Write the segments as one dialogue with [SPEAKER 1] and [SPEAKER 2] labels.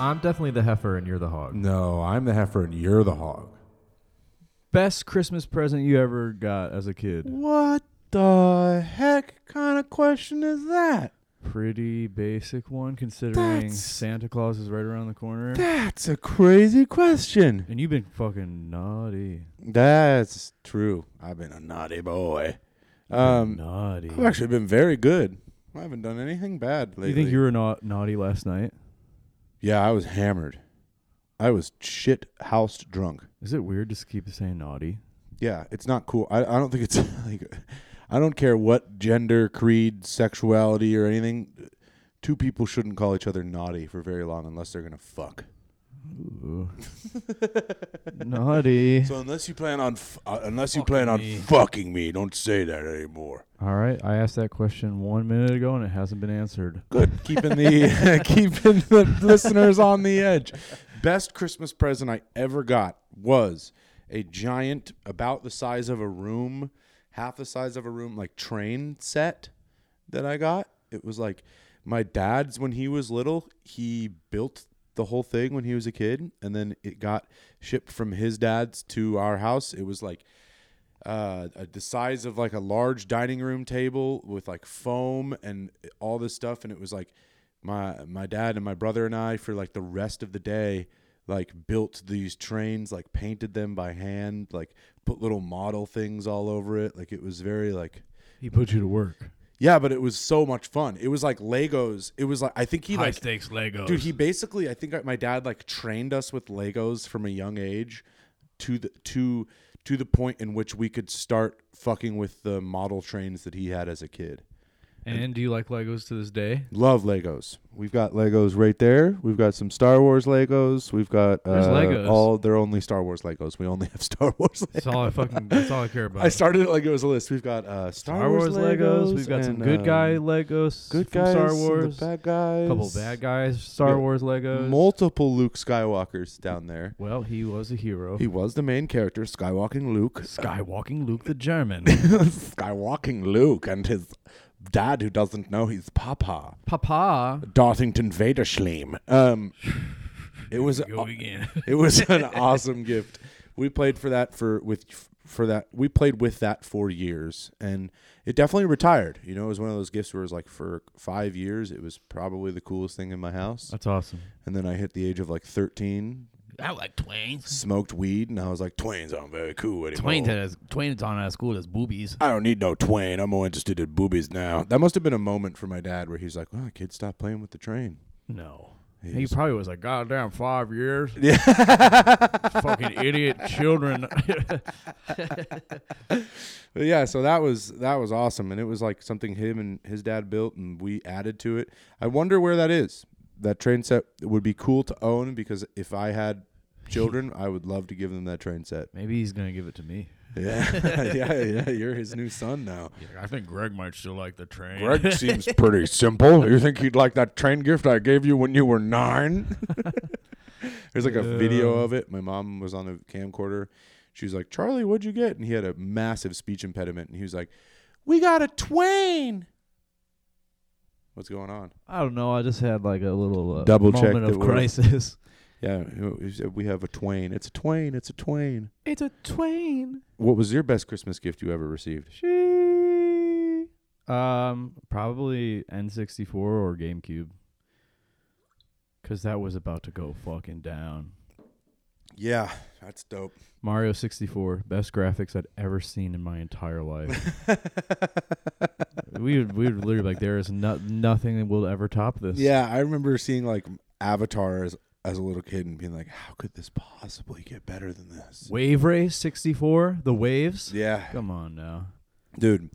[SPEAKER 1] I'm definitely the heifer and you're the hog.
[SPEAKER 2] No, I'm the heifer and you're the hog.
[SPEAKER 3] Best Christmas present you ever got as a kid?
[SPEAKER 2] What the heck kind of question is that?
[SPEAKER 3] Pretty basic one, considering
[SPEAKER 2] That's-
[SPEAKER 3] Santa Claus is right around the corner.
[SPEAKER 2] That's a crazy question.
[SPEAKER 3] and you've been fucking naughty.
[SPEAKER 2] That's true. I've been a naughty boy. Um,
[SPEAKER 3] naughty.
[SPEAKER 2] I've actually been very good. I haven't done anything bad lately.
[SPEAKER 3] you think you were not naughty last night?
[SPEAKER 2] Yeah, I was hammered. I was shit housed drunk.
[SPEAKER 3] Is it weird to s- keep saying naughty?
[SPEAKER 2] Yeah, it's not cool. I, I don't think it's like I don't care what gender, creed, sexuality or anything. Two people shouldn't call each other naughty for very long unless they're gonna fuck.
[SPEAKER 3] Ooh. naughty.
[SPEAKER 2] So unless you plan on f- uh, unless you
[SPEAKER 3] Fucking
[SPEAKER 2] plan on
[SPEAKER 3] me.
[SPEAKER 2] fucking me, don't say that anymore.
[SPEAKER 3] All right, I asked that question one minute ago and it hasn't been answered.
[SPEAKER 2] Good, keeping the keeping the listeners on the edge. Best Christmas present I ever got was a giant, about the size of a room, half the size of a room, like train set that I got. It was like my dad's when he was little. He built the whole thing when he was a kid, and then it got shipped from his dad's to our house. It was like uh, uh, the size of like a large dining room table with like foam and all this stuff, and it was like my my dad and my brother and I for like the rest of the day like built these trains, like painted them by hand, like put little model things all over it. Like it was very like
[SPEAKER 3] He put you to work.
[SPEAKER 2] yeah, but it was so much fun. It was like Legos. It was like I think he like
[SPEAKER 3] stakes Legos.
[SPEAKER 2] dude he basically i think I- my dad like trained us with legos from a young age to the to to the point in which we could start fucking with the model trains that he had as a kid
[SPEAKER 1] And do you like Legos to this day?
[SPEAKER 2] love legos we've got legos right there we've got some star wars legos we've got uh,
[SPEAKER 1] There's Legos.
[SPEAKER 2] all they're only star wars legos we only have star wars legos.
[SPEAKER 1] That's all I fucking. That's all I care about.
[SPEAKER 2] i started it like it was a list we've got uh star,
[SPEAKER 3] Star Wars Legos. We've got some
[SPEAKER 2] and,
[SPEAKER 3] good guy
[SPEAKER 2] um,
[SPEAKER 3] Legos.
[SPEAKER 2] good
[SPEAKER 3] from
[SPEAKER 2] guys
[SPEAKER 3] Star
[SPEAKER 2] and the
[SPEAKER 3] Wars.
[SPEAKER 2] bad guys
[SPEAKER 1] couple bad guys. Star
[SPEAKER 2] Yeah.
[SPEAKER 1] Wars Legos.
[SPEAKER 2] multiple luke skywalkers down there
[SPEAKER 3] well, he was a hero.
[SPEAKER 2] He was the main character, Skywalking Luke.
[SPEAKER 3] Skywalking Luke the German.
[SPEAKER 2] Skywalking Luke and his dad, who doesn't know he's Papa,
[SPEAKER 1] Papa.
[SPEAKER 2] Darthington Vader Schleim. Um, it was
[SPEAKER 1] Go again.
[SPEAKER 2] it was an awesome gift. We played for that for with for that we played with that for years, and it definitely retired. You know, it was one of those gifts where it was like for five years, it was probably the coolest thing in my house.
[SPEAKER 3] That's awesome.
[SPEAKER 2] And then I hit the age of like thirteen,
[SPEAKER 1] I like twains.
[SPEAKER 2] smoked weed, and I was like, "Twains aren't very cool anymore."
[SPEAKER 1] has twains on at school. That's boobies.
[SPEAKER 2] I don't need no twain. I'm more interested in boobies now. That must have been a moment for my dad where he's like, "Well, kid, stop playing with the train."
[SPEAKER 3] No.
[SPEAKER 1] He probably was like, goddamn, five years. fucking idiot children.
[SPEAKER 2] But yeah, so that was that was awesome, and it was like something him and his dad built, and we added to it. I wonder where that is. That train set would be cool to own because if I had children, I would love to give them that train set.
[SPEAKER 3] Maybe he's gonna give it to me.
[SPEAKER 2] Yeah, yeah, yeah. You're his new son now.
[SPEAKER 1] I think Greg might still like the train.
[SPEAKER 2] Greg seems pretty simple. You think he'd like that train gift I gave you when you were nine? There's like a video of it. My mom was on a camcorder. She was like, Charlie, what'd you get? And he had a massive speech impediment. And he was like, We got a twain. What's going on?
[SPEAKER 3] I don't know. I just had like a little uh,
[SPEAKER 2] Double check
[SPEAKER 3] moment
[SPEAKER 2] that
[SPEAKER 3] of
[SPEAKER 2] we're-
[SPEAKER 3] crisis.
[SPEAKER 2] Yeah, he said, we have a twain. It's a twain. It's a twain.
[SPEAKER 3] It's a twain.
[SPEAKER 2] What was your best Christmas gift you ever received?
[SPEAKER 3] She. Um, probably N64 or GameCube. Cause that was about to go fucking down.
[SPEAKER 2] Yeah, that's dope.
[SPEAKER 3] Mario 64, best graphics I'd ever seen in my entire life. we would, we would literally be like there is no, nothing that will ever top this.
[SPEAKER 2] Yeah, I remember seeing like Avatar as, as a little kid and being like, how could this possibly get better than this?
[SPEAKER 3] Wave Race 64, the waves.
[SPEAKER 2] Yeah,
[SPEAKER 3] Come on now.
[SPEAKER 2] dude.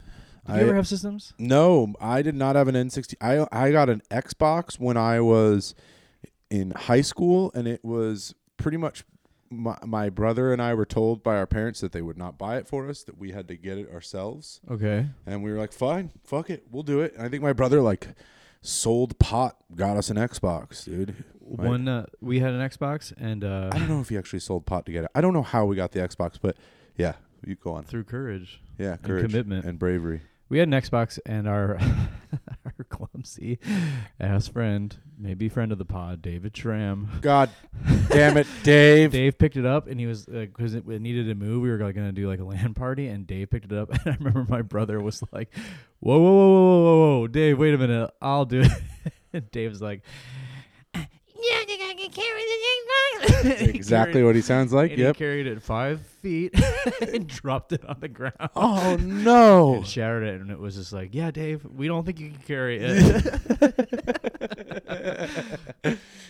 [SPEAKER 3] Did you ever have systems?
[SPEAKER 2] no, I did not have an N60. I I got an Xbox when I was in high school, and it was pretty much my, my brother and I were told by our parents that they would not buy it for us, that we had to get it ourselves.
[SPEAKER 3] Okay.
[SPEAKER 2] And we were like, fine, fuck it, we'll do it. And I think my brother, like, sold pot, got us an Xbox, dude. My-
[SPEAKER 3] One, uh, we had an Xbox and uh,
[SPEAKER 2] I don't know if he actually sold pot to get it. I don't know how we got the Xbox, but yeah, you go on.
[SPEAKER 3] through courage.
[SPEAKER 2] Yeah, courage
[SPEAKER 3] commitment.
[SPEAKER 2] and bravery.
[SPEAKER 3] We had an Xbox and our our club MC, ass friend, maybe friend of the pod, David Tram.
[SPEAKER 2] God damn it, Dave.
[SPEAKER 3] Dave picked it up and he was because it, it needed to move. We were like, gonna do like a land party, and Dave picked it up. And I remember my brother was like, "Whoa, whoa, whoa, whoa, whoa, whoa, whoa, Dave, wait a minute, I'll do it." and Dave's like, "Yeah, I think I can carry the thing."
[SPEAKER 2] exactly what he sounds like.
[SPEAKER 3] And
[SPEAKER 2] Yep.
[SPEAKER 3] he carried it five feet and dropped it on the ground.
[SPEAKER 2] Oh no.
[SPEAKER 3] And shattered it, and it was just like, "Yeah, Dave, we don't think you can carry it."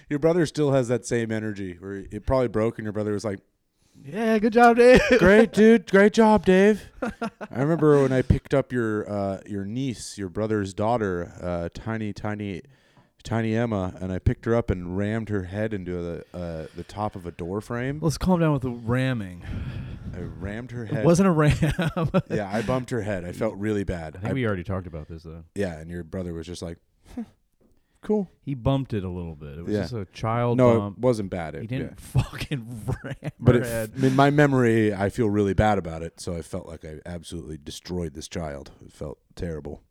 [SPEAKER 2] Your brother still has that same energy where it probably broke and your brother was like,
[SPEAKER 3] yeah, good job, Dave.
[SPEAKER 2] Great dude, great job, Dave. I remember when I picked up your uh, your niece, your brother's daughter, uh, tiny, tiny, tiny Emma, and I picked her up and rammed her head into the uh, the top of a door frame.
[SPEAKER 3] Let's calm down with the ramming.
[SPEAKER 2] I rammed her head.
[SPEAKER 3] It wasn't a ram.
[SPEAKER 2] yeah, I bumped her head. I felt really bad.
[SPEAKER 3] I think
[SPEAKER 2] I-
[SPEAKER 3] we already talked about this though.
[SPEAKER 2] yeah, and your brother was just like, "Huh, cool.
[SPEAKER 3] He bumped it a little bit. It was
[SPEAKER 2] Yeah.
[SPEAKER 3] just a child
[SPEAKER 2] No, it
[SPEAKER 3] bump.
[SPEAKER 2] wasn't bad. It,
[SPEAKER 3] He
[SPEAKER 2] yeah.
[SPEAKER 3] didn't fucking ram
[SPEAKER 2] But
[SPEAKER 3] her
[SPEAKER 2] it,
[SPEAKER 3] head.
[SPEAKER 2] in my memory, I feel really bad about it. So I felt like I absolutely destroyed this child. It felt terrible.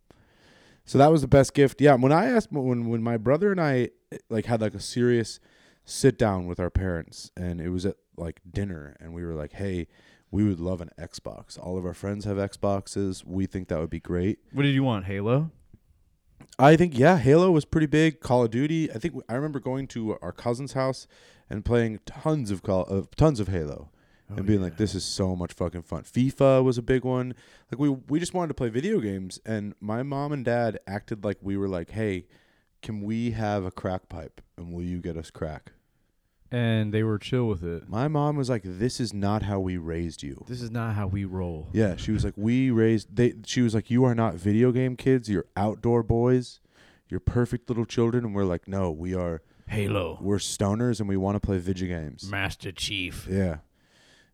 [SPEAKER 2] So that was the best gift. Yeah, when I asked when when my brother and I eh, like had like a serious sit down with our parents, and it was at like dinner, and we were like, "Hey, we would love an Xbox. All of our friends have Xboxes. We think that would be great."
[SPEAKER 3] What did you want, Halo?
[SPEAKER 2] I think yeah, Halo was pretty big. Call of Duty. I think I remember going to our cousin's house and playing tons of call of tons of Halo, and being like, "This is so much fucking fun." FIFA was a big one. Like we we just wanted to play video games, and my mom and dad acted like we were like, "Hey, can we have a crack pipe? And will you get us crack?"
[SPEAKER 3] And they were chill with it.
[SPEAKER 2] My mom was like, "This is not how we raised you."
[SPEAKER 3] This is not how we roll.
[SPEAKER 2] Yeah, she was like, "We raised they." She was like, "You are not video game kids. You're outdoor boys. You're perfect little children." And we're like, "No, we are.
[SPEAKER 3] Halo,
[SPEAKER 2] We're stoners, and we want to play video games."
[SPEAKER 3] Master Chief.
[SPEAKER 2] Yeah,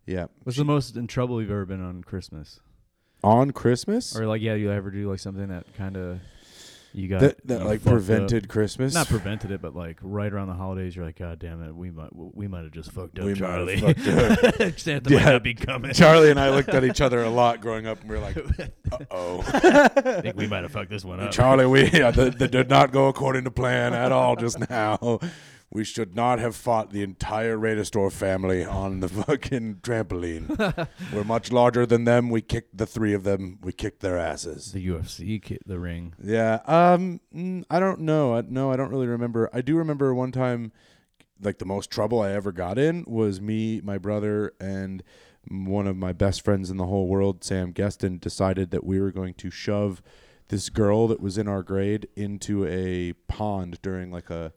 [SPEAKER 2] yeah.
[SPEAKER 3] What's the most in trouble you've ever been on Christmas?
[SPEAKER 2] On Christmas,
[SPEAKER 3] Or like, yeah, you ever do like something that kind of you got
[SPEAKER 2] that,
[SPEAKER 3] you
[SPEAKER 2] that
[SPEAKER 3] know,
[SPEAKER 2] like
[SPEAKER 3] fucked up?
[SPEAKER 2] prevented Christmas.
[SPEAKER 3] Not prevented it, but like right around the holidays, you're like, God damn it, we might we might have just fucked up,
[SPEAKER 2] We might have
[SPEAKER 3] Charlie.
[SPEAKER 2] fucked up.
[SPEAKER 3] Santa might
[SPEAKER 2] Yeah.
[SPEAKER 3] not be coming.
[SPEAKER 2] Charlie and I looked at each other a lot growing up, and we were like, "Uh oh,
[SPEAKER 3] I think we might have fucked this one up.
[SPEAKER 2] Charlie, we yeah, that, that did not go according to plan at all just now." We should not have fought the entire Radistor family on the fucking trampoline. We're much larger than them. We kicked the three of them. We kicked their asses.
[SPEAKER 3] the UFC, ki- the ring.
[SPEAKER 2] Yeah. Um. mm, I don't know. I, no, I don't really remember. I do remember one time, like the most trouble I ever got in was me, my brother, and one of my best friends in the whole world, Sam Gueston, decided that we were going to shove this girl that was in our grade into a pond during like a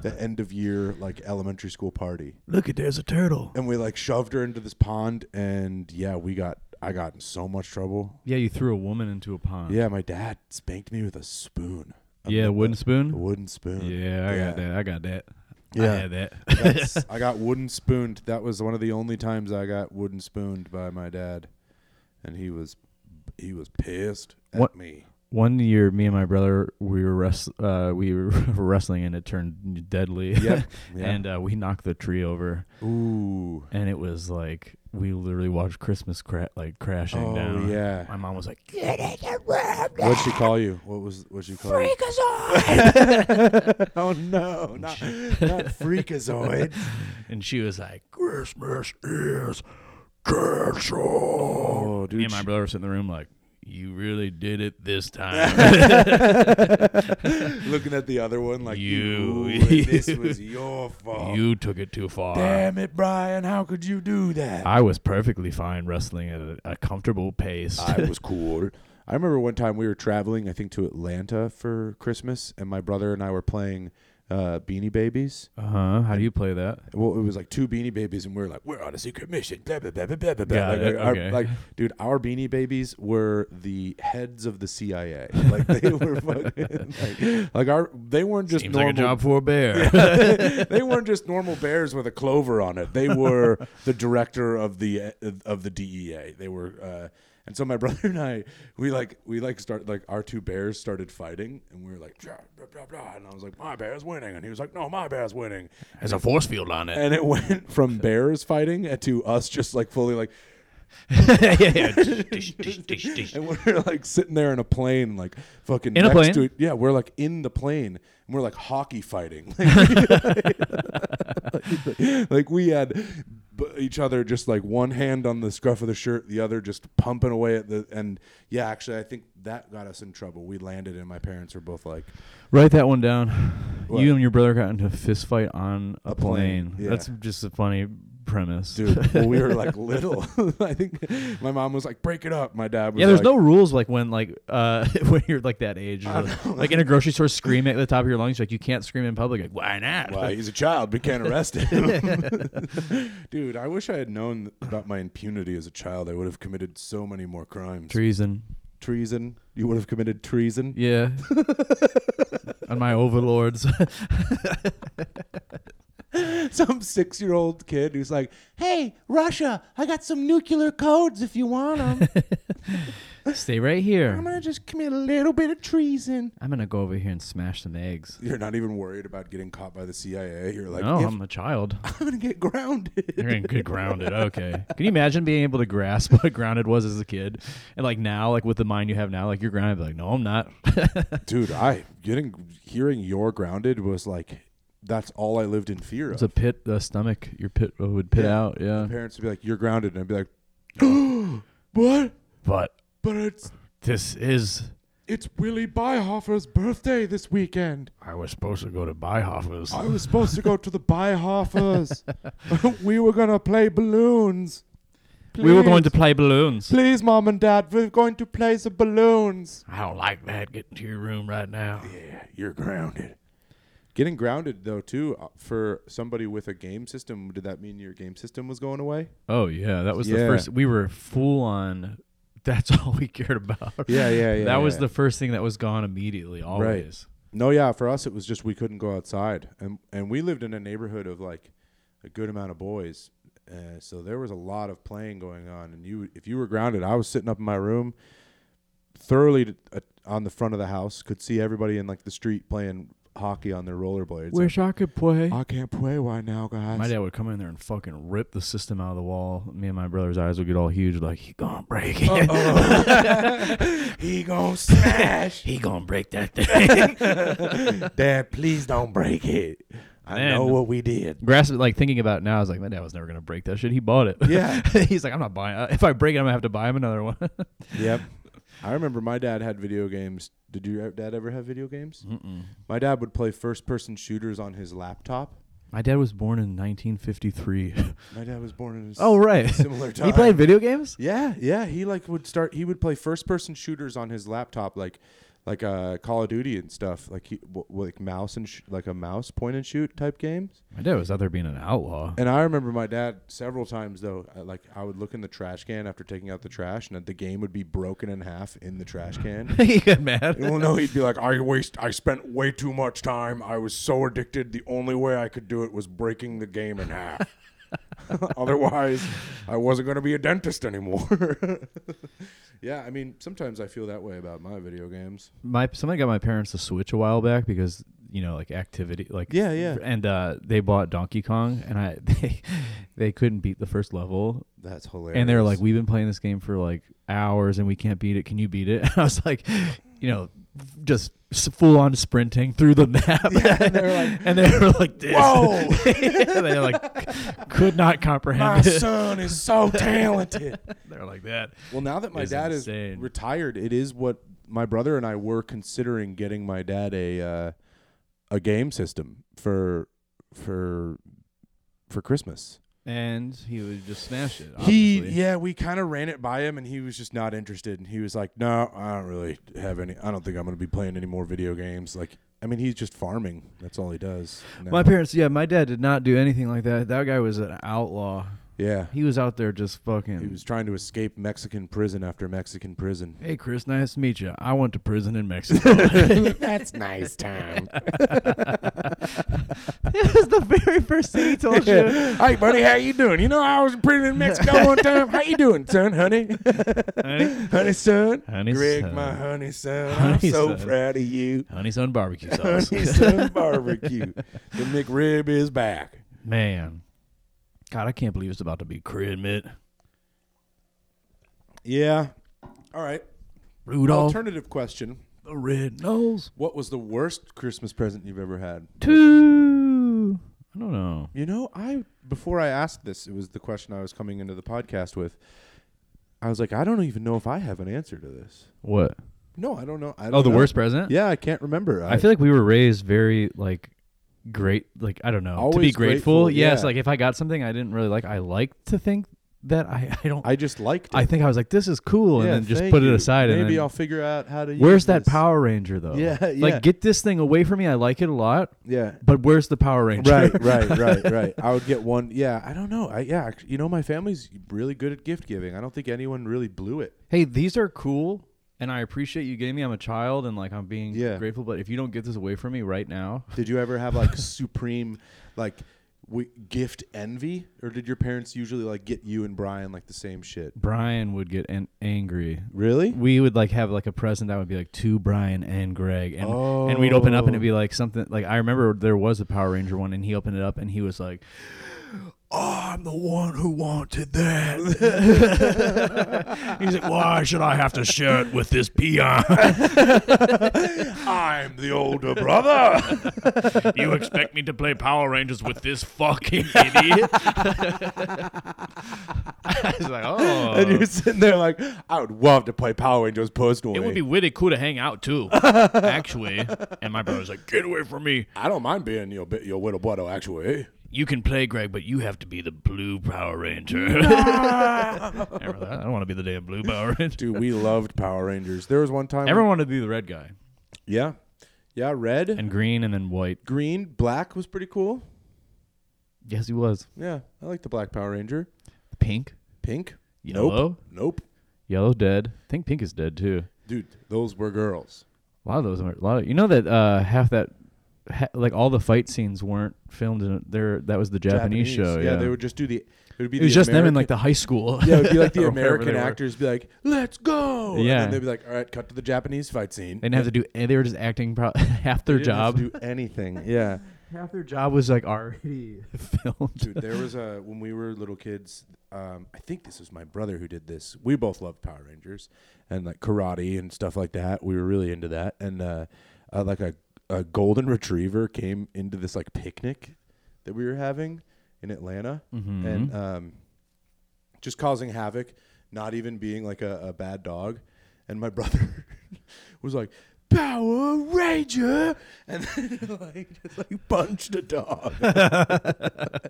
[SPEAKER 2] the end of year like elementary school party
[SPEAKER 3] Look at there's a turtle.
[SPEAKER 2] and we like shoved her into this pond and yeah we got i got in so much trouble
[SPEAKER 3] Yeah, you threw a woman into a pond.
[SPEAKER 2] yeah my dad spanked me with a spoon
[SPEAKER 3] Yeah, wooden
[SPEAKER 2] a
[SPEAKER 3] spoon.
[SPEAKER 2] wooden spoon.
[SPEAKER 3] Yeah, I
[SPEAKER 2] Yeah.
[SPEAKER 3] got that. I got that.
[SPEAKER 2] Yeah.
[SPEAKER 3] I had that.
[SPEAKER 2] That's- I got wooden spooned. That was one of the only times I got wooden spooned by my dad, and he was he was pissed at
[SPEAKER 3] What-
[SPEAKER 2] me.
[SPEAKER 3] One year, me and my brother, we were wrest- uh, we were wrestling, and it turned deadly.
[SPEAKER 2] Yep. Yeah.
[SPEAKER 3] and uh, we knocked the tree over,
[SPEAKER 2] Ooh.
[SPEAKER 3] and it was like we literally watched Christmas cra- like crashing
[SPEAKER 2] Oh
[SPEAKER 3] down.
[SPEAKER 2] yeah.
[SPEAKER 3] My mom was like,
[SPEAKER 2] What'd she call you? What was what'd she call you? oh no, not, not freakazoid.
[SPEAKER 3] and she was like, Christmas is.
[SPEAKER 2] Oh,
[SPEAKER 3] Me
[SPEAKER 2] dude.
[SPEAKER 3] and my
[SPEAKER 2] she-
[SPEAKER 3] brother were sitting in the room like, you really did it this time.
[SPEAKER 2] Looking at the other one like
[SPEAKER 3] You-
[SPEAKER 2] "Ooh, this was your fault.
[SPEAKER 3] you took it too far.
[SPEAKER 2] Damn it, Brian! How could you do that?
[SPEAKER 3] I was perfectly fine wrestling at a, a comfortable pace.
[SPEAKER 2] I was cool. I remember one time we were traveling, I think to Atlanta for Christmas, and my brother and I were playing uh, Beanie Babies.
[SPEAKER 3] Uh huh. How do you play that?
[SPEAKER 2] Well, it was like two Beanie Babies, and we were like, "We're on a secret mission." Blah blah blah blah blah blah.
[SPEAKER 3] Got
[SPEAKER 2] like,
[SPEAKER 3] it,
[SPEAKER 2] our-
[SPEAKER 3] okay.
[SPEAKER 2] like, dude, our Beanie Babies were the heads of the CIA. Like they were fucking like, like our. They weren't just
[SPEAKER 3] Seems
[SPEAKER 2] normal.
[SPEAKER 3] like a job for a bear.
[SPEAKER 2] they weren't just normal bears with a clover on it. They were the director of the of the DEA. They were, uh, and so my brother and I, we like we like start like our two bears started fighting, and we were like blah blah blah, blah. and I was like my bear's winning, and he was like no my bear's winning,
[SPEAKER 3] There's a force field on it.
[SPEAKER 2] and it went from bears fighting to us just like fully like.
[SPEAKER 3] yeah, yeah. Dish, dish, dish, dish.
[SPEAKER 2] and we're like sitting there in a plane, like fucking
[SPEAKER 3] In a
[SPEAKER 2] next
[SPEAKER 3] plane?
[SPEAKER 2] to it. Yeah, we're like in the plane, and we're like hockey fighting. like we had b- each other just like one hand on the scruff of the shirt, the other just pumping away at the. And yeah, actually, I think that got us in trouble. We landed, and my parents were both like,
[SPEAKER 3] Write that one down.
[SPEAKER 2] What?
[SPEAKER 3] You and your brother got into a fist fight on a,
[SPEAKER 2] A plane,
[SPEAKER 3] plane.
[SPEAKER 2] yeah.
[SPEAKER 3] That's just a funny premise.
[SPEAKER 2] "Dude, well, we were like little." I think my mom was like, "Break it up." My dad was
[SPEAKER 3] yeah, there's
[SPEAKER 2] like,
[SPEAKER 3] no rules like when like uh when you're like that age.
[SPEAKER 2] I
[SPEAKER 3] Like,
[SPEAKER 2] know.
[SPEAKER 3] like in a grocery store scream at the top of your lungs, like you can't scream in public. Like, why not?
[SPEAKER 2] Well, he's a child. We can't arrest him. Dude, I wish I had known about my impunity as a child. I would have committed so many more crimes.
[SPEAKER 3] Treason.
[SPEAKER 2] treason. You would have committed treason.
[SPEAKER 3] Yeah. on my overlords.
[SPEAKER 2] Some six year old kid who's like, hey, Russia, I got some nuclear codes if you want them.
[SPEAKER 3] Stay right
[SPEAKER 2] I'm
[SPEAKER 3] here.
[SPEAKER 2] going to just commit a little bit of treason.
[SPEAKER 3] I'm gonna go over here and smash some eggs.
[SPEAKER 2] You're not even worried about getting caught by the CIA. You're like,
[SPEAKER 3] no,
[SPEAKER 2] if
[SPEAKER 3] I'm a child.
[SPEAKER 2] I'm going to get grounded.
[SPEAKER 3] You're gonna get grounded. Okay. Can you imagine being able to grasp what grounded was as a kid, and like now, like with the mind you have now, like you're grounded. Like, no, I'm not.
[SPEAKER 2] Dude, I getting hearing you're grounded was like, that's all I lived in fear of.
[SPEAKER 3] it's a pit, a stomach. Your pit uh, would pit
[SPEAKER 2] Yeah.
[SPEAKER 3] out. Yeah.
[SPEAKER 2] My parents would be like, "You're grounded," and I'd be like, "What?
[SPEAKER 3] But
[SPEAKER 2] But it's
[SPEAKER 3] this is.
[SPEAKER 2] it's Willie Byhoffer's birthday this weekend.
[SPEAKER 1] I was supposed to go to Byhoffers.
[SPEAKER 2] I was supposed to go to the Byhoffers. we were gonna play balloons.
[SPEAKER 3] We were going to
[SPEAKER 2] Please.
[SPEAKER 3] play balloons.
[SPEAKER 2] Please, mom and dad, we're going to play the balloons.
[SPEAKER 1] I don't like that. Get into your room right now.
[SPEAKER 2] Yeah, you're grounded. Getting grounded though too uh, for somebody with a game system. Did that mean your game system was going away?
[SPEAKER 3] Oh yeah, that was the
[SPEAKER 2] Yeah.
[SPEAKER 3] first. We were full on. That's all we cared about.
[SPEAKER 2] Yeah, yeah,
[SPEAKER 3] that was the first thing that was gone immediately. Always.
[SPEAKER 2] No, yeah, for us it was just we couldn't go outside, and and we lived in a neighborhood of like a good amount of boys, uh, so there was a lot of playing going on. And you, if you were grounded, I was sitting up in my room, thoroughly t- uh, on the front of the house, could see everybody in like the street playing hockey on their rollerblades.
[SPEAKER 3] I could play.
[SPEAKER 2] I can't play right now, guys.
[SPEAKER 3] My dad would come in there and fucking rip the system out of the wall. Me and my brother's eyes would get all huge, like he gonna break it.
[SPEAKER 2] he gonna smash.
[SPEAKER 3] He gonna break that thing.
[SPEAKER 2] dad, please don't break it. I
[SPEAKER 3] Man.
[SPEAKER 2] know what we did.
[SPEAKER 3] Grasp like thinking about it now. I was like, my dad was never gonna break that shit. He bought it.
[SPEAKER 2] Yeah.
[SPEAKER 3] He's like, I'm not buying. uh, If I break it, I'm gonna have to buy him another one.
[SPEAKER 2] Yep. I remember my dad had video games. Did your dad ever have video games? My dad would play first person shooters on his laptop.
[SPEAKER 3] my dad was born in 1953.
[SPEAKER 2] My dad was born in a s-
[SPEAKER 3] oh right.
[SPEAKER 2] similar time.
[SPEAKER 3] He played video games.
[SPEAKER 2] Yeah, yeah. He like would start. He would play first person shooters on his laptop, like like uh, Call of Duty and stuff, like he w- like mouse and sh- like a mouse point and shoot type games.
[SPEAKER 3] My dad was out there being an outlaw.
[SPEAKER 2] And I remember my dad several times though, uh, like I would look in the trash can after taking out the trash, and the game would be broken in half in the trash can.
[SPEAKER 3] he got mad.
[SPEAKER 2] Well, no, he'd be like, I waste, I spent way too much time. I was so addicted. The only way I could do it was breaking the game in half. Otherwise, I wasn't going to be a dentist anymore. yeah, I mean, sometimes I feel that way about my video games.
[SPEAKER 3] My somebody got my parents a Switch a while back because you know like activity like
[SPEAKER 2] Yeah, yeah.
[SPEAKER 3] and uh, they bought Donkey Kong and I they they couldn't beat the first level
[SPEAKER 2] That's hilarious.
[SPEAKER 3] and they were like we've been playing this game for like hours and we can't beat it can you beat it and I was like you know just full on sprinting through the map
[SPEAKER 2] and they were like,
[SPEAKER 3] and they were like this
[SPEAKER 2] whoa,
[SPEAKER 3] And they like could not
[SPEAKER 2] my
[SPEAKER 3] comprehend it
[SPEAKER 2] son is so talented.
[SPEAKER 3] they were like that
[SPEAKER 2] Well, now that my
[SPEAKER 3] is
[SPEAKER 2] dad is
[SPEAKER 3] insane.
[SPEAKER 2] retired, it is what my brother and I were considering getting my dad a uh, a game system for for for Christmas.
[SPEAKER 3] and he would just smash it obviously.
[SPEAKER 2] He yeah, we kind of ran it by him, and he was just not interested. And he was like, "No, I don't really have any. I don't think I'm going to be playing any more video games." Like, I mean, he's just farming. That's all he does. now.
[SPEAKER 3] My parents, yeah, my dad did not do anything like that. That guy was an outlaw.
[SPEAKER 2] yeah,
[SPEAKER 3] He was out there just fucking.
[SPEAKER 2] he was trying to escape Mexican prison after Mexican prison.
[SPEAKER 3] hey, Chris, nice to meet you. I went to prison in Mexico.
[SPEAKER 2] That's nice time.
[SPEAKER 3] it was the very first thing he told you.
[SPEAKER 2] hey, buddy, how you doing? You know, I was in prison in Mexico one time. How you doing, son, honey?
[SPEAKER 3] Honey,
[SPEAKER 2] Honey, son.
[SPEAKER 3] Honey,
[SPEAKER 2] Greg,
[SPEAKER 3] son.
[SPEAKER 2] my honey, son.
[SPEAKER 3] Honey,
[SPEAKER 2] I'm so
[SPEAKER 3] son.
[SPEAKER 2] proud of you.
[SPEAKER 3] honey's on barbecue sauce.
[SPEAKER 2] Honey, son, barbecue. The McRib is back.
[SPEAKER 3] Man, God, I can't believe it's about to be Christmas.
[SPEAKER 2] Yeah. Oh. All right.
[SPEAKER 3] Rudolph
[SPEAKER 2] Alternative question.
[SPEAKER 3] the Red Nose.
[SPEAKER 2] What was the worst Christmas present you've ever had?
[SPEAKER 3] Two. I don't know.
[SPEAKER 2] You know, I before I asked this, it was the question I was coming into the podcast with. I was like, I don't even know if I have an answer to this.
[SPEAKER 3] What?
[SPEAKER 2] No, I don't know. I don't
[SPEAKER 3] Oh, the
[SPEAKER 2] know.
[SPEAKER 3] Oh, worst president.
[SPEAKER 2] Yeah, I can't remember.
[SPEAKER 3] I feel like we were raised very like great. Like I don't know to be
[SPEAKER 2] Always
[SPEAKER 3] grateful.
[SPEAKER 2] grateful,
[SPEAKER 3] Yes.
[SPEAKER 2] yeah.
[SPEAKER 3] Like if I got something I didn't really like, I like to think that I I don't. I,
[SPEAKER 2] I just liked it.
[SPEAKER 3] think I was like this is cool, and
[SPEAKER 2] Yeah,
[SPEAKER 3] then just
[SPEAKER 2] thank
[SPEAKER 3] put it
[SPEAKER 2] you.
[SPEAKER 3] aside.
[SPEAKER 2] Maybe
[SPEAKER 3] and then,
[SPEAKER 2] I'll figure out how to. Use
[SPEAKER 3] Where's that
[SPEAKER 2] this.
[SPEAKER 3] Power Ranger though?
[SPEAKER 2] Yeah, yeah.
[SPEAKER 3] Like get this thing away from me. I like it a lot,
[SPEAKER 2] Yeah.
[SPEAKER 3] but where's the Power Ranger?
[SPEAKER 2] right, right, right, right. I would get one. Yeah, I don't know. I yeah, act- you know, my family's really good at gift giving. I don't think anyone really blew it.
[SPEAKER 3] hey, these are cool, and I appreciate you getting me. I'm a child, and like I'm being
[SPEAKER 2] Yeah.
[SPEAKER 3] grateful. But if you don't get this away from me right now,
[SPEAKER 2] Did you ever have like supreme, like, w- gift envy, or did your parents usually like get you and Brian like the same shit?
[SPEAKER 3] Brian would get an- angry.
[SPEAKER 2] Really?
[SPEAKER 3] We would like have like a present that would be like to Brian and Greg, and and we'd open up and it'd be like something like I remember there was a Power Ranger one, and he opened it up and he was like. I'm the one who wanted that. He's like, why should I have to share it with this peon?
[SPEAKER 2] I'm the older brother.
[SPEAKER 1] You expect me to play Power Rangers with this fucking idiot?
[SPEAKER 3] I was like, oh,
[SPEAKER 2] and you're sitting there like, I would love to play Power Rangers personally.
[SPEAKER 1] It would be really cool to hang out too, actually. And my brother's like, "Get away from me!
[SPEAKER 2] I don't mind being your bit your little brother actually.
[SPEAKER 1] You can play Greg, but you have to be the blue Power Ranger." I remember that. I don't want to be the damn blue Power Ranger.
[SPEAKER 2] Dude, we loved Power Rangers. There was one time.
[SPEAKER 3] Everyone wanted to be the red guy
[SPEAKER 2] yeah, yeah, red,
[SPEAKER 3] and green and then white.
[SPEAKER 2] green, black was pretty cool.
[SPEAKER 3] Yes, he was
[SPEAKER 2] Yeah, I like the black Power Ranger.
[SPEAKER 3] pink,
[SPEAKER 2] Pink.
[SPEAKER 3] yellow,
[SPEAKER 2] Nope. Nope.
[SPEAKER 3] yellow dead. I think pink is dead too.
[SPEAKER 2] Dude, those were girls.
[SPEAKER 3] A lot of those are a lot of you know that uh, half that ha, like all the fight scenes weren't filmed in there. That was the Japanese, show. Yeah,
[SPEAKER 2] they would just do the. It would be.
[SPEAKER 3] it was
[SPEAKER 2] the
[SPEAKER 3] just them in
[SPEAKER 2] American-
[SPEAKER 3] like the high school.
[SPEAKER 2] Yeah, it would be like the
[SPEAKER 3] or wherever
[SPEAKER 2] American
[SPEAKER 3] they were.
[SPEAKER 2] actors be like, "Let's go." And
[SPEAKER 3] Yeah.
[SPEAKER 2] then they'd be like, "All right, cut to the Japanese fight scene."
[SPEAKER 3] They didn't have to do. They were just acting pro- half their
[SPEAKER 2] They didn't have
[SPEAKER 3] job.
[SPEAKER 2] to do anything. Yeah.
[SPEAKER 3] Half their job was like already filmed.
[SPEAKER 2] Dude, there was a when we were little kids. Um, I think this was my brother who did this. We both loved Power Rangers and like karate and stuff like that. We were really into that. And uh, uh, like a a golden retriever came into this like picnic that we were having in Atlanta, and um, just causing havoc, not even being like a, a bad dog. And my brother was like, Power Ranger! And then like, just, like punched a dog.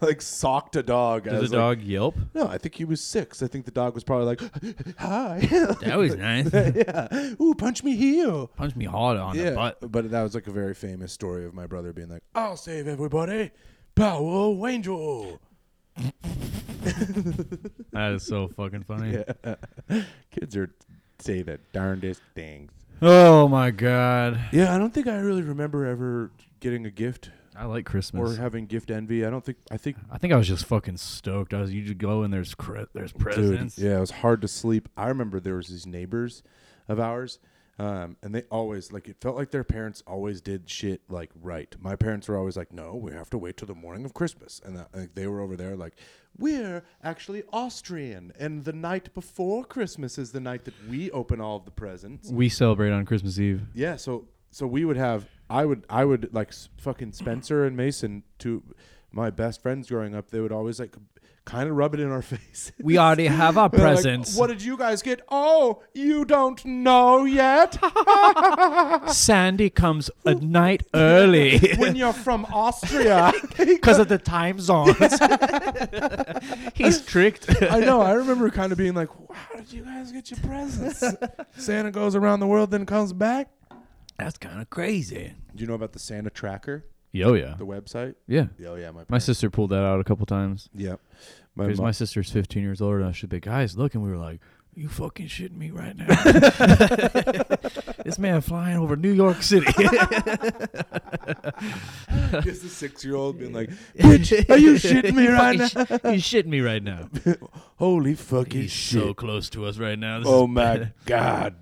[SPEAKER 2] like socked a dog. I
[SPEAKER 3] Does
[SPEAKER 2] was
[SPEAKER 3] the
[SPEAKER 2] like,
[SPEAKER 3] dog yelp?
[SPEAKER 2] no, I think he was six. I think the dog was probably like, hi.
[SPEAKER 1] That was nice.
[SPEAKER 2] yeah. Ooh, punch me heel.
[SPEAKER 1] Punch me hard on the butt.
[SPEAKER 2] But that was like a very famous story of my brother being like, I'll save everybody. Power Ranger.
[SPEAKER 3] That is so fucking funny.
[SPEAKER 2] Kids are say the darndest things.
[SPEAKER 3] Oh my god.
[SPEAKER 2] Yeah, I don't think I really remember ever getting a gift
[SPEAKER 3] I like
[SPEAKER 2] or
[SPEAKER 3] Christmas.
[SPEAKER 2] having gift envy. I don't think I think
[SPEAKER 3] I think I was just fucking stoked. I was you just go and there's cre- there's presents.
[SPEAKER 2] Dude, yeah, it was hard to sleep. I remember there was these neighbors of ours, um, and they always like it felt like their parents always did shit like right. My parents were always like, "No, we have to wait till the morning of Christmas," and that, like, they were over there like, "We're actually Austrian, and the night before Christmas is the night that we open all of the presents."
[SPEAKER 3] We celebrate on Christmas Eve.
[SPEAKER 2] Yeah, so so we would have I would I would like s- fucking Spencer and Mason to my best friends growing up. They would always like kind of rub it in our face.
[SPEAKER 3] We already have our
[SPEAKER 2] They're like,
[SPEAKER 3] presents.
[SPEAKER 2] what did you guys get? Oh, you don't know yet.
[SPEAKER 3] Sandy comes a night early
[SPEAKER 2] when you're from Austria.
[SPEAKER 3] because of the time zones. He's tricked.
[SPEAKER 2] I know. I remember kind of being like, "How did you guys get your presents?" Santa goes around the world, then comes back.
[SPEAKER 3] That's kind of crazy.
[SPEAKER 2] Do you know about the Santa Tracker,
[SPEAKER 3] Yo, yeah,
[SPEAKER 2] the website?
[SPEAKER 3] yeah.
[SPEAKER 2] Oh yeah, my
[SPEAKER 3] My sister pulled that out a couple times
[SPEAKER 2] yeah,
[SPEAKER 3] because
[SPEAKER 2] mo-
[SPEAKER 3] my sister's 15 years older than I should be. Guys, look, and we were like, "You fucking shitting me right now? this man flying over New York City."
[SPEAKER 2] just a six-year-old being like, "Bitch, are you shitting me right now?"
[SPEAKER 3] He's shitting me right now.
[SPEAKER 2] Holy fucking
[SPEAKER 1] He's
[SPEAKER 2] shit!
[SPEAKER 1] so close to us right now. This is-
[SPEAKER 2] oh my god!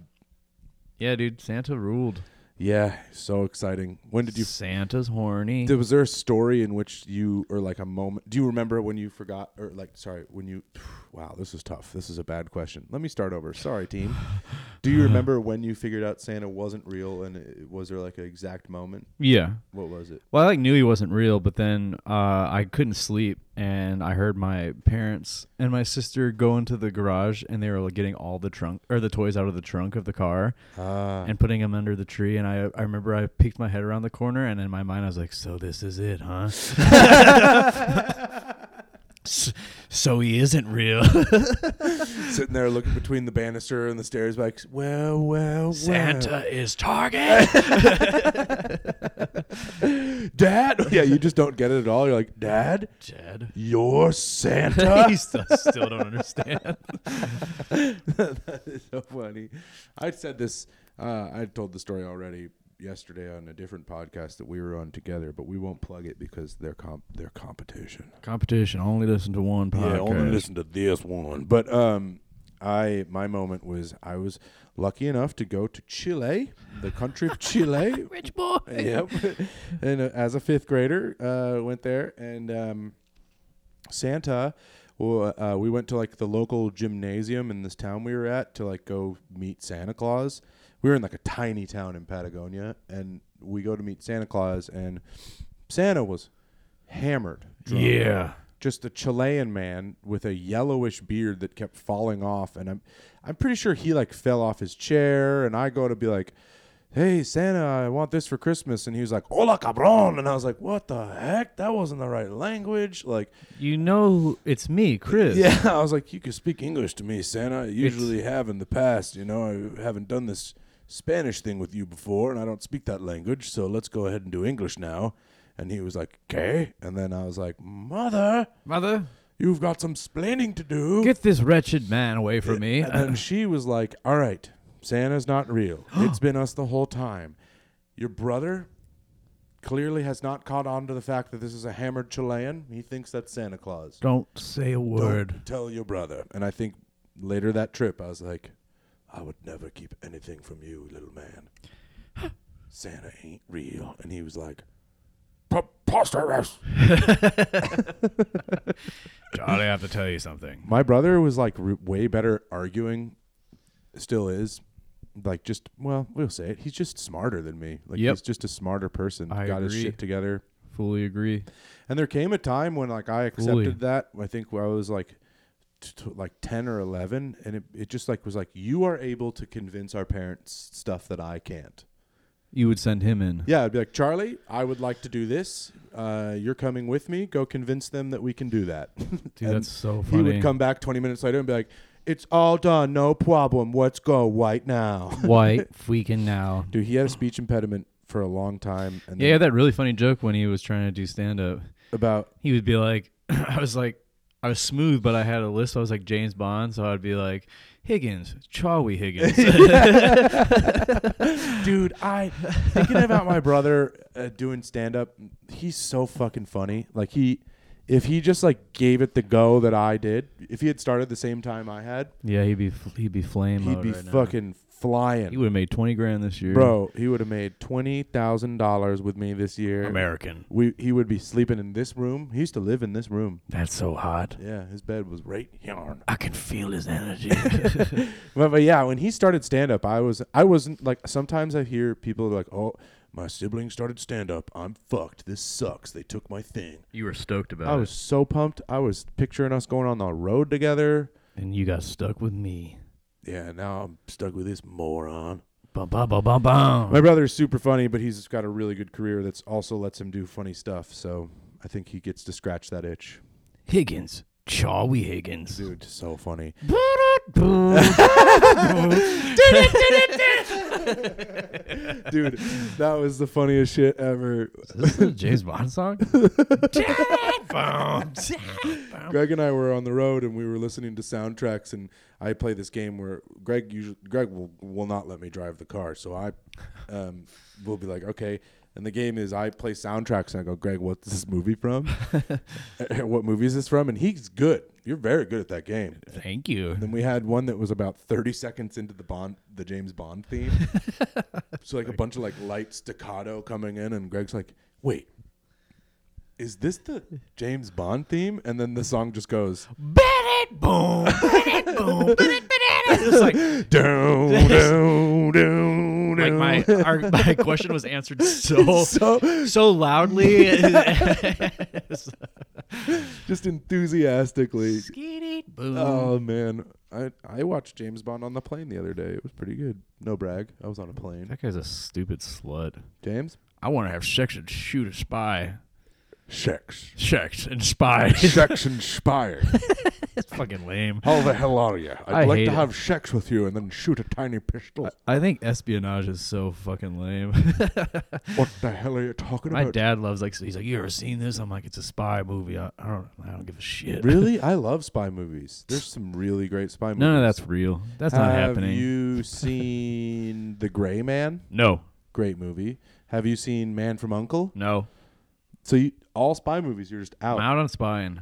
[SPEAKER 3] Yeah, dude, Santa ruled.
[SPEAKER 2] Yeah, so exciting. When did you?
[SPEAKER 3] Santa's horny.
[SPEAKER 2] Did, was there a story in which you or like a moment? Do you remember when you forgot or like sorry when you? Wow, this is tough. This is a bad question. Let me start over. Sorry, team. Do you remember when you figured out Santa wasn't real? And it, was there like an exact moment?
[SPEAKER 3] yeah.
[SPEAKER 2] What was it?
[SPEAKER 3] Well, I like knew he wasn't real, but then uh, I couldn't sleep, and I heard my parents and my sister go into the garage, and they were like, getting all the trunk or the toys out of the trunk of the car
[SPEAKER 2] Ah,
[SPEAKER 3] and putting them under the tree. And I, I remember I peeked my head around the corner, and in my mind I was like, "So this is it, huh?"
[SPEAKER 1] S- so he isn't real.
[SPEAKER 2] sitting there looking between the banister and the stairs, like well, well, well.
[SPEAKER 1] Santa is Target.
[SPEAKER 2] Dad. Yeah, you just don't get it at all. You're like, Dad,
[SPEAKER 1] Dad.
[SPEAKER 2] you're Santa.
[SPEAKER 3] I still I still don't understand.
[SPEAKER 2] that is so funny. I said this. Uh, I told the story already yesterday on a different podcast that we were on together, but we won't plug it because they're comp they're competition.
[SPEAKER 3] Competition. Only listen to one podcast.
[SPEAKER 2] to this one. But um, I my moment was I was lucky enough to go to Chile, the country of Chile,
[SPEAKER 1] Rich boy.
[SPEAKER 2] yep. and uh, as a fifth grader, uh, went there and um, Santa. Well, uh, we went to like the local gymnasium in this town we were at to like go meet Santa Claus. We were in like a tiny town in Patagonia, and we go to meet Santa Claus, and Santa was hammered. drunk
[SPEAKER 1] Yeah.
[SPEAKER 2] just a Chilean man with a yellowish beard that kept falling off, and I'm I'm pretty sure he like fell off his chair, and I go to be like, "Hey Santa, I want this for Christmas," and he was like, "Hola cabron," and I was like, "What the heck? That wasn't the right language." Like,
[SPEAKER 3] You know it's me, Chris.
[SPEAKER 2] yeah, I was like, "You can speak English to me, Santa. I usually have in the past. You know, I haven't done this Spanish thing with you before, and I don't speak that language. So let's go ahead and do English now." And he was like, "Okay," and then I was like, "Mother."
[SPEAKER 3] Mother,
[SPEAKER 2] You've got some splaining to do.
[SPEAKER 3] get this wretched man away from me.
[SPEAKER 2] and then she was like, All right, Santa's not real. it's been us the whole time. Your brother clearly has not caught on to the fact that this is a hammered Chilean. He thinks that's Santa Claus.
[SPEAKER 3] Don't say a word.
[SPEAKER 2] Don't tell your brother. And I think later that trip, I was like, I would never keep anything from you, little man. Santa ain't real. And he was like, Preposterous.
[SPEAKER 1] Charlie, I have to tell you something.
[SPEAKER 2] My brother was like r- way better arguing, still is. Like just well, we'll say it. He's just smarter than me. Like
[SPEAKER 3] Yep.
[SPEAKER 2] he's just a smarter person.
[SPEAKER 3] I
[SPEAKER 2] Got his
[SPEAKER 3] agree.
[SPEAKER 2] shit together.
[SPEAKER 3] Fully agree.
[SPEAKER 2] And there came a time when like I accepted
[SPEAKER 3] Fully.
[SPEAKER 2] that. I think where I was like, t- t- like ten or eleven, and it, it just like was like you are able to convince our parents stuff that I can't.
[SPEAKER 3] You would send him in.
[SPEAKER 2] Yeah, I'd be like Charlie, I would like to do this. Uh, you're coming with me. Go convince them that we can do that.
[SPEAKER 3] Dude,
[SPEAKER 2] And
[SPEAKER 3] that's so
[SPEAKER 2] He
[SPEAKER 3] funny.
[SPEAKER 2] would come back 20 minutes later and be like, "It's all done, no problem. Let's go white now."
[SPEAKER 3] White freaking now.
[SPEAKER 2] Dude, he had a speech impediment for a long time, and
[SPEAKER 3] Yeah,
[SPEAKER 2] then
[SPEAKER 3] that really funny joke when he was trying to do stand up.
[SPEAKER 2] about
[SPEAKER 3] He would be like, I was like, I was smooth, but I had a list. I was like James Bond, so I'd be like Higgins, Chawi Higgins.
[SPEAKER 2] dude, I thinking about my brother uh, doing stand up. He's so fucking funny. Like he, if he just like gave it the go that I did, if he had started the same time I had,
[SPEAKER 3] yeah, he'd be he'd be flame.
[SPEAKER 2] he'd
[SPEAKER 3] mode
[SPEAKER 2] be
[SPEAKER 3] right now.
[SPEAKER 2] fucking flying.
[SPEAKER 3] He would have made twenty grand this year,
[SPEAKER 2] Bro, he would have made twenty thousand dollars with me this year.
[SPEAKER 1] American.
[SPEAKER 2] We he would be sleeping in this room. He used to live in this room.
[SPEAKER 1] That's so hot.
[SPEAKER 2] Yeah, his bed was right here.
[SPEAKER 1] I can feel his energy.
[SPEAKER 2] But, but yeah, when he started stand up, I was I wasn't like sometimes I hear people like, "Oh, my sibling started stand up. I'm fucked. This sucks. They took my thing."
[SPEAKER 3] You were stoked about
[SPEAKER 2] I was so pumped. I was picturing us going on the road
[SPEAKER 3] it,
[SPEAKER 2] together.
[SPEAKER 3] and you got stuck with me.
[SPEAKER 2] Yeah, now I'm stuck with this moron.
[SPEAKER 1] Bum, bum, bum, bum, bum.
[SPEAKER 2] My brother's super funny, but he's got a really good career that's also lets him do funny stuff. So I think he gets to scratch that itch.
[SPEAKER 1] Higgins. Charlie Higgins.
[SPEAKER 2] Dude, so funny. Dude, that was the funniest shit ever.
[SPEAKER 3] Is this a James Bond song?
[SPEAKER 2] Greg and I were on the road and we were listening to soundtracks and I play this game where Greg usually Greg will will not let me drive the car, so I um, will be like, okay. And the game is I play soundtracks and I go, Greg, what's this movie from? what movie is this from? And he's good. You're very good at that game.
[SPEAKER 1] Thank you.
[SPEAKER 2] Then we had one that was about 30 seconds into the Bond, the James Bond theme. so like a bunch of like light staccato coming in, and Greg's like, "Wait, is this the James Bond theme?" And then the song just goes,
[SPEAKER 1] Bennett boom, Bennett boom, Bennett Bennett. It's like
[SPEAKER 2] "Down, down, down,
[SPEAKER 1] like my our, my question was answered so
[SPEAKER 2] so
[SPEAKER 1] so loudly.
[SPEAKER 2] just enthusiastically.
[SPEAKER 1] Skeety boom.
[SPEAKER 2] Oh man, I I watched James Bond on the plane the other day. It was pretty good. No brag, I was on a plane.
[SPEAKER 1] That guy's a stupid slut.
[SPEAKER 2] James,
[SPEAKER 1] I want to have sex and shoot a spy.
[SPEAKER 2] sex,
[SPEAKER 1] Sex and spy.
[SPEAKER 2] sex inspired.
[SPEAKER 1] It's fucking lame.
[SPEAKER 2] How the hell are you? I'd
[SPEAKER 3] I
[SPEAKER 2] like
[SPEAKER 3] hate
[SPEAKER 2] to
[SPEAKER 3] it.
[SPEAKER 2] have sex with you and then shoot a tiny pistol.
[SPEAKER 3] I think espionage is so fucking lame.
[SPEAKER 2] what the hell are you talking
[SPEAKER 3] My
[SPEAKER 2] about?
[SPEAKER 3] dad loves like he's like, you ever seen this? I'm like, it's a spy movie. I, I don't, I don't give a shit.
[SPEAKER 2] really, I love spy movies. There's some really great spy movies.
[SPEAKER 3] None of that's real. That's not
[SPEAKER 2] have
[SPEAKER 3] happening.
[SPEAKER 2] you seen The Gray Man?
[SPEAKER 1] No,
[SPEAKER 2] Great movie. Have you seen Man from Uncle?
[SPEAKER 1] no.
[SPEAKER 2] So you, all spy movies, you're just out.
[SPEAKER 3] I'm out on spying.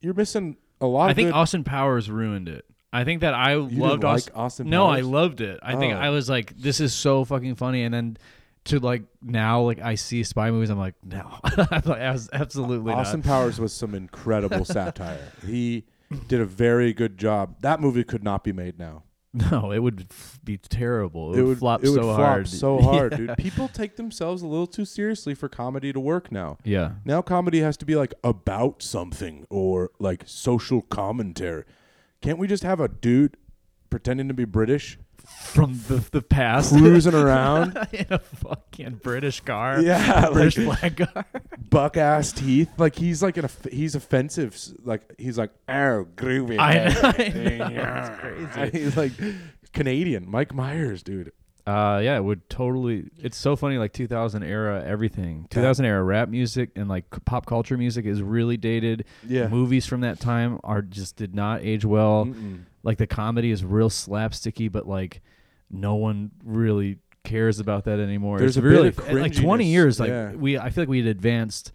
[SPEAKER 2] You're missing a lot.
[SPEAKER 1] I
[SPEAKER 2] of
[SPEAKER 1] think
[SPEAKER 2] good-
[SPEAKER 1] Austin Powers ruined it. I think that I
[SPEAKER 2] you
[SPEAKER 1] loved
[SPEAKER 2] didn't
[SPEAKER 1] Austin.
[SPEAKER 2] like Austin.
[SPEAKER 1] No, I
[SPEAKER 2] Powers?
[SPEAKER 1] loved it. I think
[SPEAKER 2] Oh.
[SPEAKER 1] I was like, this is so fucking funny. And then to like now, like I see spy movies, I'm like, no, I'm like, "Abs- absolutely
[SPEAKER 2] Austin Powers was some incredible satire. He did a very good job. That movie could not be made now.
[SPEAKER 1] not. No, it would f- be terrible. It, would, flop
[SPEAKER 2] it would
[SPEAKER 1] so hard.
[SPEAKER 2] so hard, dude. People take themselves a little too seriously for comedy to work now.
[SPEAKER 1] yeah,
[SPEAKER 2] Now comedy has to be like about something or like social commentary. Can't we just have a dude pretending to be British
[SPEAKER 1] from the, the past
[SPEAKER 2] cruising around?
[SPEAKER 1] in a fucking British car.
[SPEAKER 2] yeah, like
[SPEAKER 1] British flag car.
[SPEAKER 2] buck ass teeth. Like he's like an off- he's offensive. s- Like he's like oh groovy.
[SPEAKER 1] I know,
[SPEAKER 2] crazy. he's like Canadian. Mike Myers, dude.
[SPEAKER 3] Uh, yeah, it would totally. It's so funny, like 2000 era everything. 2000 era rap music and like c- pop culture music is really dated.
[SPEAKER 2] Yeah.
[SPEAKER 3] movies from that time are just did not age well. Like the comedy is real slapsticky, but like no one really cares about that anymore.
[SPEAKER 2] There's
[SPEAKER 3] it's
[SPEAKER 2] a bit
[SPEAKER 3] really
[SPEAKER 2] of
[SPEAKER 3] and, like 20
[SPEAKER 2] cringiness,
[SPEAKER 3] years. Like
[SPEAKER 2] yeah.
[SPEAKER 3] we, I feel like we had advanced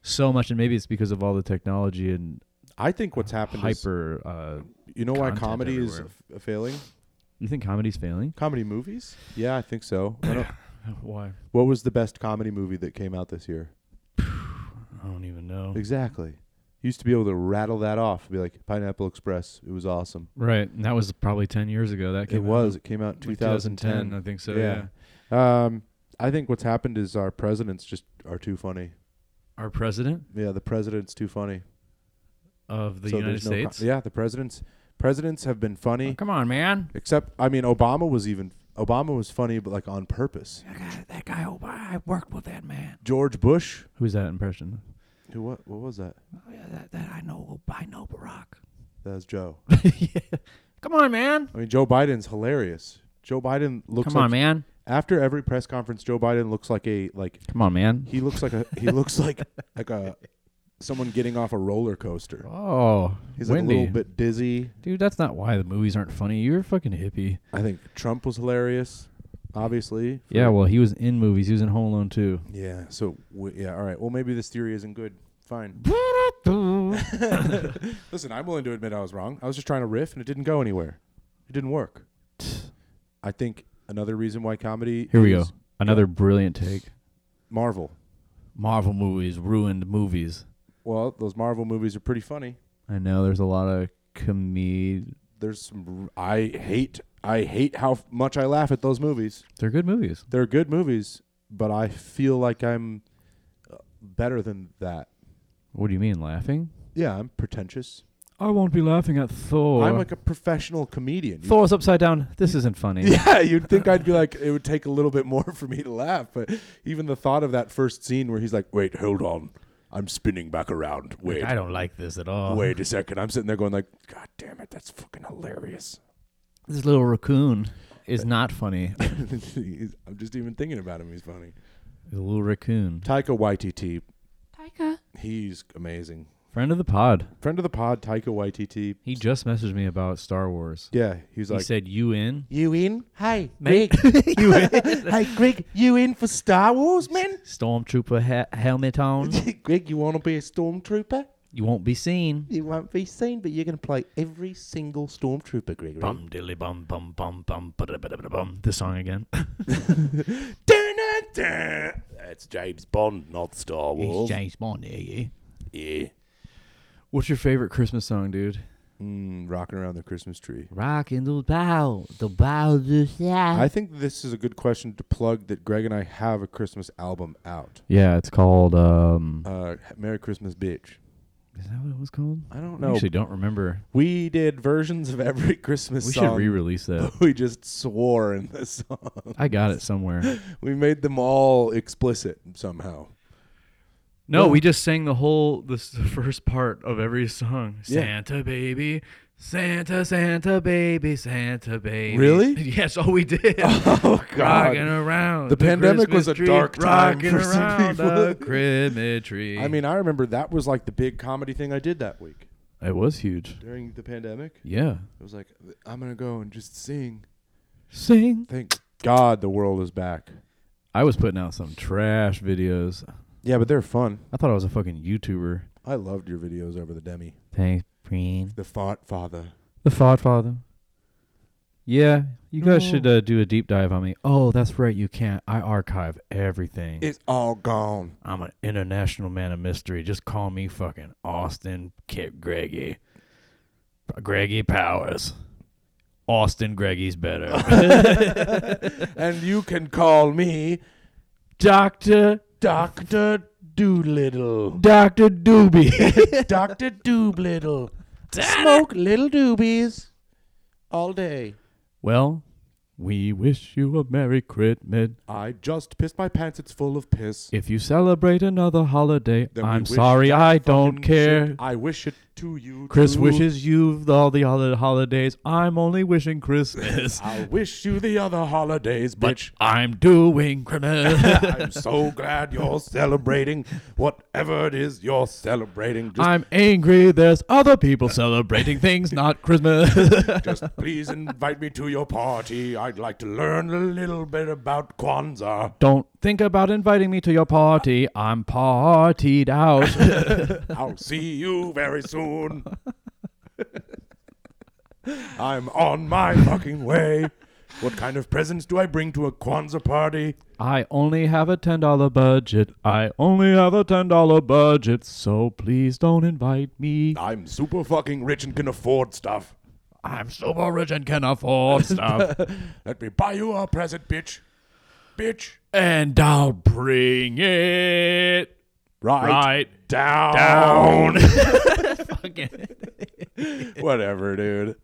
[SPEAKER 3] so much, and maybe it's because of all the technology and
[SPEAKER 2] I think what's happened is
[SPEAKER 3] hyper. Uh,
[SPEAKER 2] you know why
[SPEAKER 3] content
[SPEAKER 2] comedy is
[SPEAKER 3] everywhere.
[SPEAKER 2] f- failing.
[SPEAKER 3] you think comedy's failing?
[SPEAKER 2] Comedy movies? Yeah, I think so. I don't-
[SPEAKER 3] Why?
[SPEAKER 2] what was the best comedy movie that came out this year?
[SPEAKER 3] I don't even know.
[SPEAKER 2] Exactly. Used to be able to rattle that off, be like Pineapple Express. It was awesome.
[SPEAKER 3] Right, and that was probably 10 years ago. That
[SPEAKER 2] It
[SPEAKER 3] came out.
[SPEAKER 2] was. It came out in
[SPEAKER 3] Like
[SPEAKER 2] 2010.
[SPEAKER 3] I think so. Yeah.
[SPEAKER 2] Yeah. Um, I think what's happened is our presidents just are too funny.
[SPEAKER 3] Our president
[SPEAKER 2] Yeah, the president's too funny.
[SPEAKER 3] of the
[SPEAKER 2] So
[SPEAKER 3] United
[SPEAKER 2] there's no co-
[SPEAKER 3] States.
[SPEAKER 2] yeah, the presidents. Presidents have been
[SPEAKER 1] Oh,
[SPEAKER 2] funny,
[SPEAKER 1] come on, man.
[SPEAKER 2] except I mean, Obama was even Obama was funny, but like on purpose.
[SPEAKER 1] That guy, that guy
[SPEAKER 3] oh,
[SPEAKER 1] over I worked with that man.
[SPEAKER 2] George Bush.
[SPEAKER 3] Who's that impression?
[SPEAKER 2] Who? What? What was that?
[SPEAKER 1] Oh, yeah, that, that I know. I know Barack.
[SPEAKER 2] That was Joe.
[SPEAKER 1] Come on, man.
[SPEAKER 2] I mean, Joe Biden's hilarious. Joe Biden looks
[SPEAKER 1] Come
[SPEAKER 2] like
[SPEAKER 1] on, man.
[SPEAKER 2] after every press conference, Joe Biden looks like a like
[SPEAKER 3] Come on, man.
[SPEAKER 2] he looks like a he looks like like a someone getting off a roller coaster.
[SPEAKER 3] Oh,
[SPEAKER 2] He's like
[SPEAKER 3] windy.
[SPEAKER 2] a little bit dizzy.
[SPEAKER 3] Dude, that's not why the movies aren't funny. You're a fucking hippie.
[SPEAKER 2] I think Trump was hilarious, obviously. for-
[SPEAKER 3] Yeah, well, he was in movies. He was in Home Alone too.
[SPEAKER 2] yeah. So w- yeah, all right. Well, maybe this theory isn't good. Fine. Listen, I'm willing to admit I was wrong. I was just trying to riff, and it didn't go anywhere. It didn't work. I think another reason why comedy
[SPEAKER 3] Here we go.
[SPEAKER 2] is
[SPEAKER 3] Another brilliant take.
[SPEAKER 2] Marvel.
[SPEAKER 3] Marvel movies ruined movies.
[SPEAKER 2] Well, those Marvel movies are pretty funny.
[SPEAKER 3] I know there's a lot of comedy.
[SPEAKER 2] There's some. r- I hate. I hate how f- much I laugh at those movies.
[SPEAKER 3] They're good movies.
[SPEAKER 2] They're good movies, but I feel like I'm uh, better than that.
[SPEAKER 3] What do you mean, laughing?
[SPEAKER 2] Yeah, I'm pretentious.
[SPEAKER 3] I won't be laughing at Thor.
[SPEAKER 2] I'm like a professional comedian. You-
[SPEAKER 3] Thor's upside down. This isn't funny.
[SPEAKER 2] yeah, you'd think I'd be like, it would take a little bit more for me to laugh, but even the thought of that first scene where he's like, "Wait, hold on, I'm spinning back around. Wait,
[SPEAKER 1] I don't like this at all.
[SPEAKER 2] wait a second. I'm sitting there going like, "God damn it, that's fucking hilarious."
[SPEAKER 3] This little raccoon is not funny.
[SPEAKER 2] He's- I'm just even thinking about him. He's funny.
[SPEAKER 3] The little raccoon.
[SPEAKER 2] Taika Waititi. Taika. He's amazing.
[SPEAKER 3] Friend of the pod.
[SPEAKER 2] Friend of the pod, Taika Waititi.
[SPEAKER 3] He just messaged me about Star Wars.
[SPEAKER 2] Yeah, he's
[SPEAKER 3] He
[SPEAKER 2] like,
[SPEAKER 3] said, You in?
[SPEAKER 2] "You in? Hey,
[SPEAKER 3] Mate.
[SPEAKER 2] you in? hey, Greg, you in for Star Wars, man?"
[SPEAKER 3] Stormtrooper ha- helmet on.
[SPEAKER 2] Greg, you want to be a stormtrooper?
[SPEAKER 3] You won't be seen.
[SPEAKER 4] You won't be seen, but you're going to play every single stormtrooper, Gregory.
[SPEAKER 1] Bum dilly bum bum bum bum ba da ba da ba da bum. This song again.
[SPEAKER 4] Dun, dun, dun. That's James Bond, not Star Wars.
[SPEAKER 3] James Bond, yeah, yeah.
[SPEAKER 4] Yeah.
[SPEAKER 3] What's your favorite Christmas song, dude?
[SPEAKER 2] Mm, rocking around the Christmas tree.
[SPEAKER 3] Rockin' the bow, the bow the
[SPEAKER 2] I think this is a good question to plug that Greg and I have a Christmas album out.
[SPEAKER 3] Yeah, it's called. Um,
[SPEAKER 2] Uh, Merry Christmas, bitch.
[SPEAKER 3] is that what it was called?
[SPEAKER 2] I don't
[SPEAKER 3] I
[SPEAKER 2] know.
[SPEAKER 3] actually don't remember.
[SPEAKER 2] we did versions of every Christmas
[SPEAKER 3] We should
[SPEAKER 2] song.
[SPEAKER 3] re-release that.
[SPEAKER 2] but we just swore in the song.
[SPEAKER 3] I got it somewhere.
[SPEAKER 2] We made them all explicit somehow.
[SPEAKER 3] No, we just sang the whole this the first part of every song.
[SPEAKER 2] Yeah.
[SPEAKER 3] Santa baby, Santa, Santa baby, Santa baby.
[SPEAKER 2] Really?
[SPEAKER 3] Yes, all we did.
[SPEAKER 2] Oh
[SPEAKER 3] Rocking around.
[SPEAKER 2] The pandemic was
[SPEAKER 3] Christmas
[SPEAKER 2] a
[SPEAKER 3] tree,
[SPEAKER 2] dark time
[SPEAKER 3] rocking
[SPEAKER 2] for some
[SPEAKER 3] around
[SPEAKER 2] people.
[SPEAKER 3] the Christmas tree.
[SPEAKER 2] I mean, I remember that was like the big comedy thing I did that week
[SPEAKER 3] it was huge.
[SPEAKER 2] during the pandemic.
[SPEAKER 3] Yeah.
[SPEAKER 2] It was like I'm gonna go and just sing.
[SPEAKER 3] Sing.
[SPEAKER 2] Thank God the world is back.
[SPEAKER 3] I was putting out some trash videos.
[SPEAKER 2] Yeah, but they're fun.
[SPEAKER 3] I thought I was a fucking YouTuber.
[SPEAKER 2] I loved your videos over the demi.
[SPEAKER 3] Thanks, Breen.
[SPEAKER 2] The font father.
[SPEAKER 3] The Thought Father. Yeah, you guys
[SPEAKER 2] No.
[SPEAKER 3] should uh, do a deep dive on me. Oh, that's right, you can't. I archive everything.
[SPEAKER 2] It's all gone.
[SPEAKER 3] I'm an international man of mystery. Just call me fucking Austin Kip Greggy. Greggy Powers. Austin Greggy's better.
[SPEAKER 2] And you can call me
[SPEAKER 3] Doctor
[SPEAKER 2] Doctor Doolittle.
[SPEAKER 3] Doctor Doobie.
[SPEAKER 2] Doctor Dooblittle. Smoke little doobies all day.
[SPEAKER 3] well, we wish you a Merry Christmas.
[SPEAKER 2] I just pissed my pants. It's full of piss.
[SPEAKER 3] If you celebrate another holiday,
[SPEAKER 2] Then we
[SPEAKER 3] I'm
[SPEAKER 2] wish
[SPEAKER 3] sorry,
[SPEAKER 2] that
[SPEAKER 3] I don't
[SPEAKER 2] fucking
[SPEAKER 3] care.
[SPEAKER 2] shit. I wish it to you.
[SPEAKER 3] Chris
[SPEAKER 2] too.
[SPEAKER 3] wishes you all the hol- holidays. I'm only wishing Christmas.
[SPEAKER 2] I wish you the other holidays,
[SPEAKER 3] but
[SPEAKER 2] bitch.
[SPEAKER 3] I'm doing Christmas.
[SPEAKER 2] I'm so glad you're celebrating whatever it is you're celebrating. Just,
[SPEAKER 3] I'm angry. There's other people celebrating things, not Christmas.
[SPEAKER 2] just please invite me to your party. I'd like to learn a little bit about Kwanzaa.
[SPEAKER 3] Don't think about inviting me to your party. I'm partied out.
[SPEAKER 2] I'll see you very soon. I'm on my fucking way. What kind of presents do I bring to a Kwanzaa party?
[SPEAKER 3] I only have a $10 budget. I only have a $10 budget. So please don't invite me.
[SPEAKER 2] I'm super fucking rich and can afford stuff.
[SPEAKER 3] I'm super rich and can afford stuff.
[SPEAKER 2] Let me buy you a present, bitch. Bitch.
[SPEAKER 3] and I'll bring it right
[SPEAKER 2] down.
[SPEAKER 3] down. Fucking-
[SPEAKER 2] Whatever, dude.